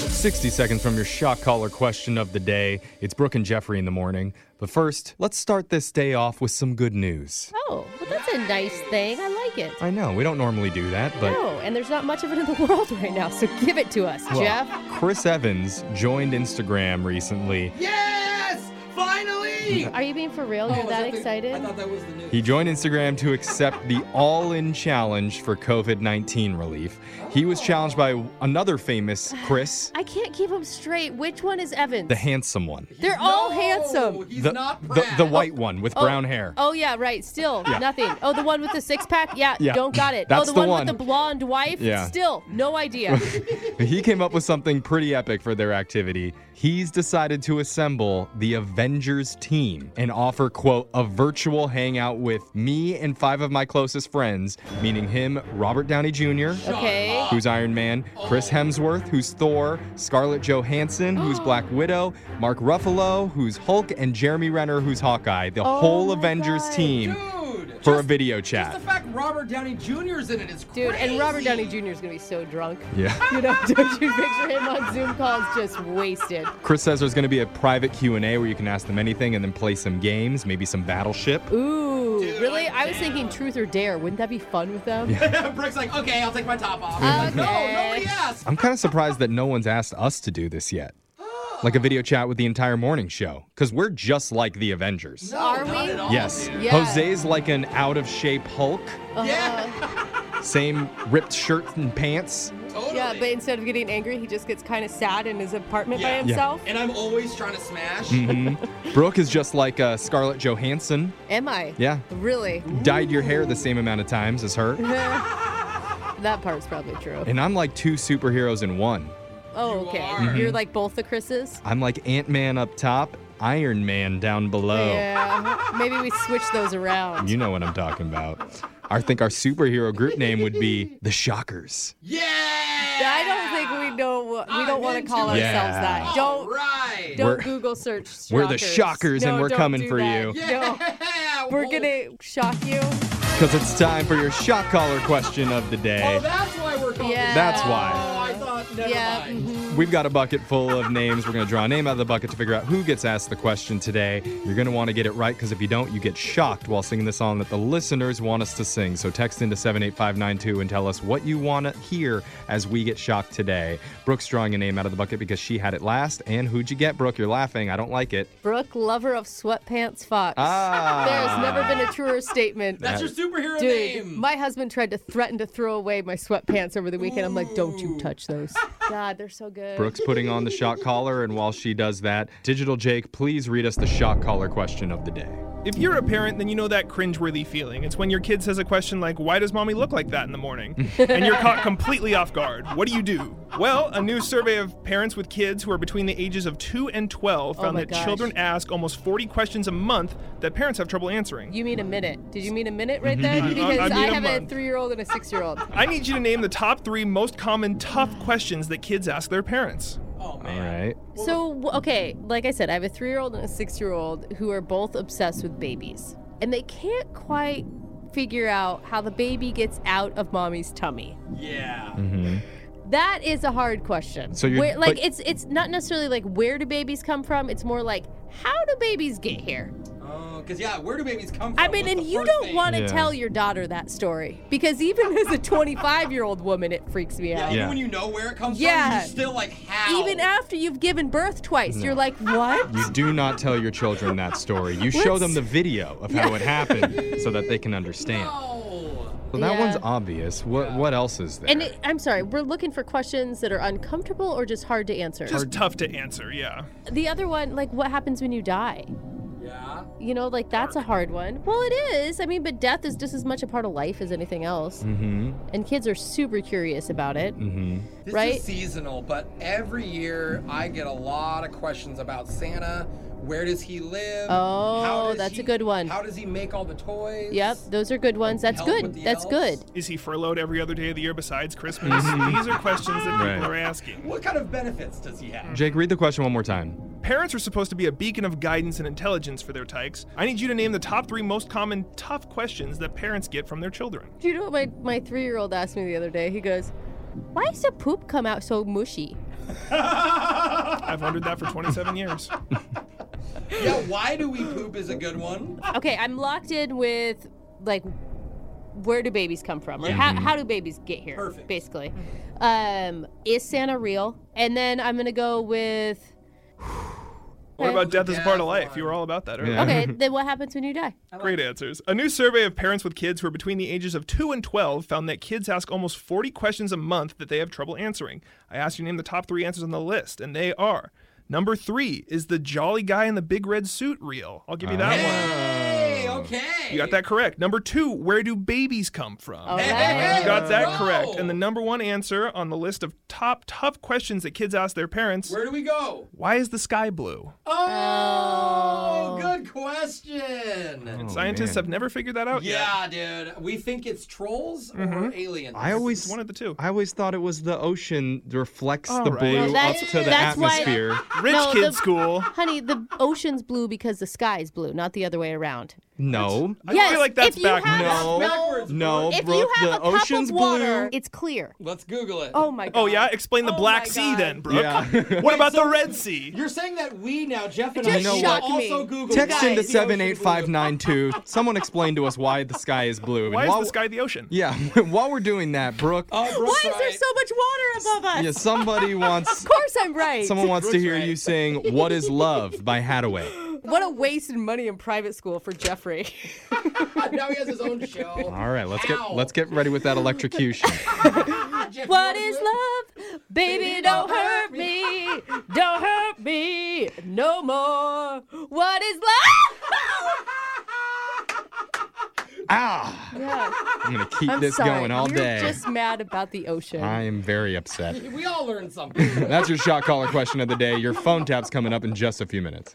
60 seconds from your shock collar question of the day. It's Brooke and Jeffrey in the morning. But first, let's start this day off with some good news. Oh, well, that's a nice thing. I like it. I know, we don't normally do that, but No, and there's not much of it in the world right now, so give it to us, well, Jeff. Chris Evans joined Instagram recently. Yes! Finally! Are you being for real? You're that excited? I thought that was the news. He joined Instagram to accept the all in challenge for COVID 19 relief. He was challenged by another famous Chris, I can't keep them straight. Which one is Evans? the handsome one, They're all No, handsome. He's the, not the, Brad. the white one with brown hair. Oh yeah, right. Still nothing. Oh, the one with the six pack. Yeah, Yeah. don't got it. oh, That's the, the one, one. with the blonde wife. Yeah. Still no idea. He came up with something pretty epic for their activity. He's decided to assemble the Avengers team and offer, quote, a virtual hangout with me and five of my closest friends, meaning him, Robert Downey Jr., Okay. who's Iron Man, Chris Hemsworth, who's Thor, Scarlett Johansson, who's Black Widow, Mark Ruffalo, who's Hulk, and Jeremy Renner, who's Hawkeye. The Oh whole my Avengers God. team Dude! for a just- video Just chat. the fact Robert Downey Jr. is in it is crazy. Dude, and Robert Downey Jr. is gonna be so drunk. Yeah. You know, don't you picture him on Zoom calls just wasted? Chris says there's going to be a private Q&A where you can ask them anything and then play some games, maybe some Battleship. Ooh, really? I was thinking Truth or Dare. Wouldn't that be fun with them? Jr. Brooke's like, okay, I'll take my top off. Okay. No, nobody asked. I'm kind of surprised that no one's asked us to do this yet. Like a video chat with the entire morning show cuz we're just like the Avengers. No, Are not we? at all, Yes. dude. Yeah. Jose's like an out of shape Hulk. Uh-huh. Yeah, Same ripped shirt and pants. totally. Yeah, but instead of getting angry, he just gets kind of sad in his apartment Yeah. by himself. And I'm always trying to smash. Mm-hmm. Brooke is just like uh, Scarlett Johansson. Am I? Yeah. Really? Dyed your hair the same amount of times as her. that part's probably true. And I'm like two superheroes in one. Oh, You okay. are. You're like both the Chris's? I'm like Ant-Man up top, Iron Man down below. Yeah. Maybe we switch those around. Oh. You know what I'm talking about. I think our superhero group name would be the Shockers. Yeah! I don't think we know. what- We I'm don't want to into call it. ourselves Yeah. that. Don't Right. don't We're- Google search. we're the shockers and No, we're don't coming do for that. you. No. Yeah, We're well- gonna shock you. Because it's time for your shock collar question of the Oh, day. that's why we're calling. Yeah. That's Oh, why. I thought. Never Yeah. mm-hmm. mind. We've got a bucket full of names. We're going to draw a name out of the bucket to figure out who gets asked the question today. You're going to want to get it right because if you don't, you get shocked while singing the song that the listeners want us to sing. So text into 78592 and tell us what you want to hear as we get shocked today. Brooke's drawing a name out of the bucket because she had it last. And who'd you get, Brooke? You're laughing. I don't like it. Brooke, lover of sweatpants fox. Ah. There's never been a truer statement. That's your superhero Dude, name. my husband tried to threaten to throw away my sweatpants over the weekend. I'm like, don't you touch those. God, they're so good. Brooke's putting on the shock collar, and while she does that, Digital Jake, please read us the shock collar question of the day. If you're a parent, then you know that cringeworthy feeling. It's when your kid says a question like, Why does mommy look like that in the morning? and you're caught completely off guard. What do you do? Well, a new survey of parents with kids who are between the ages of 2 and 12 found Oh my that gosh. children ask almost 40 questions a month that parents have trouble answering. You mean a minute. Did you mean a minute right there? Mm-hmm. I- I Because I, mean a have a month. three year old and a six year old. I need you to name the top three most common tough questions that kids ask their parents. oh All man. right. So, w- okay, like I said, I have a three year old and a six year old who are both obsessed with babies. And they can't quite figure out how the baby gets out of mommy's tummy. Yeah. Mm-hmm. That is a hard question. So you're- where, like but- it's it's not necessarily like where do babies come from? It's more like how do babies get here? Oh, because yeah, where do babies come from? I mean, was and the you first don't thing. want to Yeah. tell your daughter that story because even as a 25 year old woman, it freaks me Yeah, out. even Yeah. when you know where it comes Yeah. from, you're still like, how? Even after you've given birth twice, you're like, what? You do not tell your children that story. You show them the video of how it happened so that they can understand. No. Well, that Yeah. one's obvious. What what else is there? And it, I'm sorry, we're looking for questions that are uncomfortable or just hard to answer. Just tough to answer, yeah. the other one, like, what happens when you die? Yeah. You know, like, that's a hard one. Well, it is. I mean, but death is just as much a part of life as anything else. mm-hmm. And kids are super curious about it. Mm-hmm. This Right? is seasonal, but every year I get a lot of questions about Santa. Where does he live? Oh, How does that's a he- good one. How does he make all the toys? Yep, those are good ones. That's Help with good. the That's elves? good. Is he furloughed every other day of the year besides Christmas? These are questions that people Right. are asking. What kind of benefits does he have? Jake, read the question one more time. Parents are supposed to be a beacon of guidance and intelligence for their tykes. I need you to name the top three most common tough questions that parents get from their children. Do you know what my, my three year old asked me the other day? He goes, Why does the poop come out so mushy? I've wondered that for 27 years. Mm. Yeah, why do we poop is a good one. Okay, I'm locked in with like where do babies come from? Like Mm-hmm. how, how do babies get here? Perfect. Basically. Um, is Santa real? And then I'm gonna go with What about death is a part of Yeah. life? You were all about that earlier. Yeah. Okay, then what happens when you die? Great answers. A new survey of parents with kids who are between the ages of 2 and 12 found that kids ask almost 40 questions a month that they have trouble answering. I asked you to name the top three answers on the list, and they are number three is the jolly guy in the big red suit real. I'll give you that Ah. one. Hey, okay. You got that correct. Number two, where do babies come from? All You Oh, right. got that bro. correct. And the number one answer on the list of top tough questions that kids ask their parents Where do we go? why is the sky blue? Oh, good question. Scientists Oh, man. have never figured that out yet. Yeah, dude. We think it's trolls or aliens. I always It's one of the two. I always thought it was the ocean reflects All the right. blue No, up that's- to the that's why- atmosphere. Rich No, kid the- school. Honey, the ocean's blue because the sky's blue, not the other way around. No. I yes, feel like if that's you backwards. have- No. Backwards. No, If Brooke, you have the a ocean's cup of water, blue. it's clear. Let's Google it. Oh my god. Oh yeah, explain the Oh Black my Sea God. then, Brooke. Yeah. What about the Red Sea? You're saying that we now, Jeff and It I, just should shocked me. also Google. Text why into is the ocean blue? 78592. Someone explain to us why the sky is blue. And Why is while- the sky the ocean? Yeah, while we're doing that, Brooke, Oh, Brooke's Why is there right. so much water above us? yeah, somebody wants Of course I'm right. someone wants to Brooke's hear right. you sing "What Is Love" by Hadaway. What a waste of money in private school for Jeffrey. now he has his own show. All right, let's Ow. Ah, get let's get ready with that electrocution. Jeff, what you is wanna do it? love? Baby, don't hurt me. Don't hurt me no more. What is love? ah, Yeah, I'm gonna keep I'm this sorry. going all You're day. just mad about the ocean. I am very upset. We all learned something. That's your shot caller question of the day. Your phone tap's coming up in just a few minutes.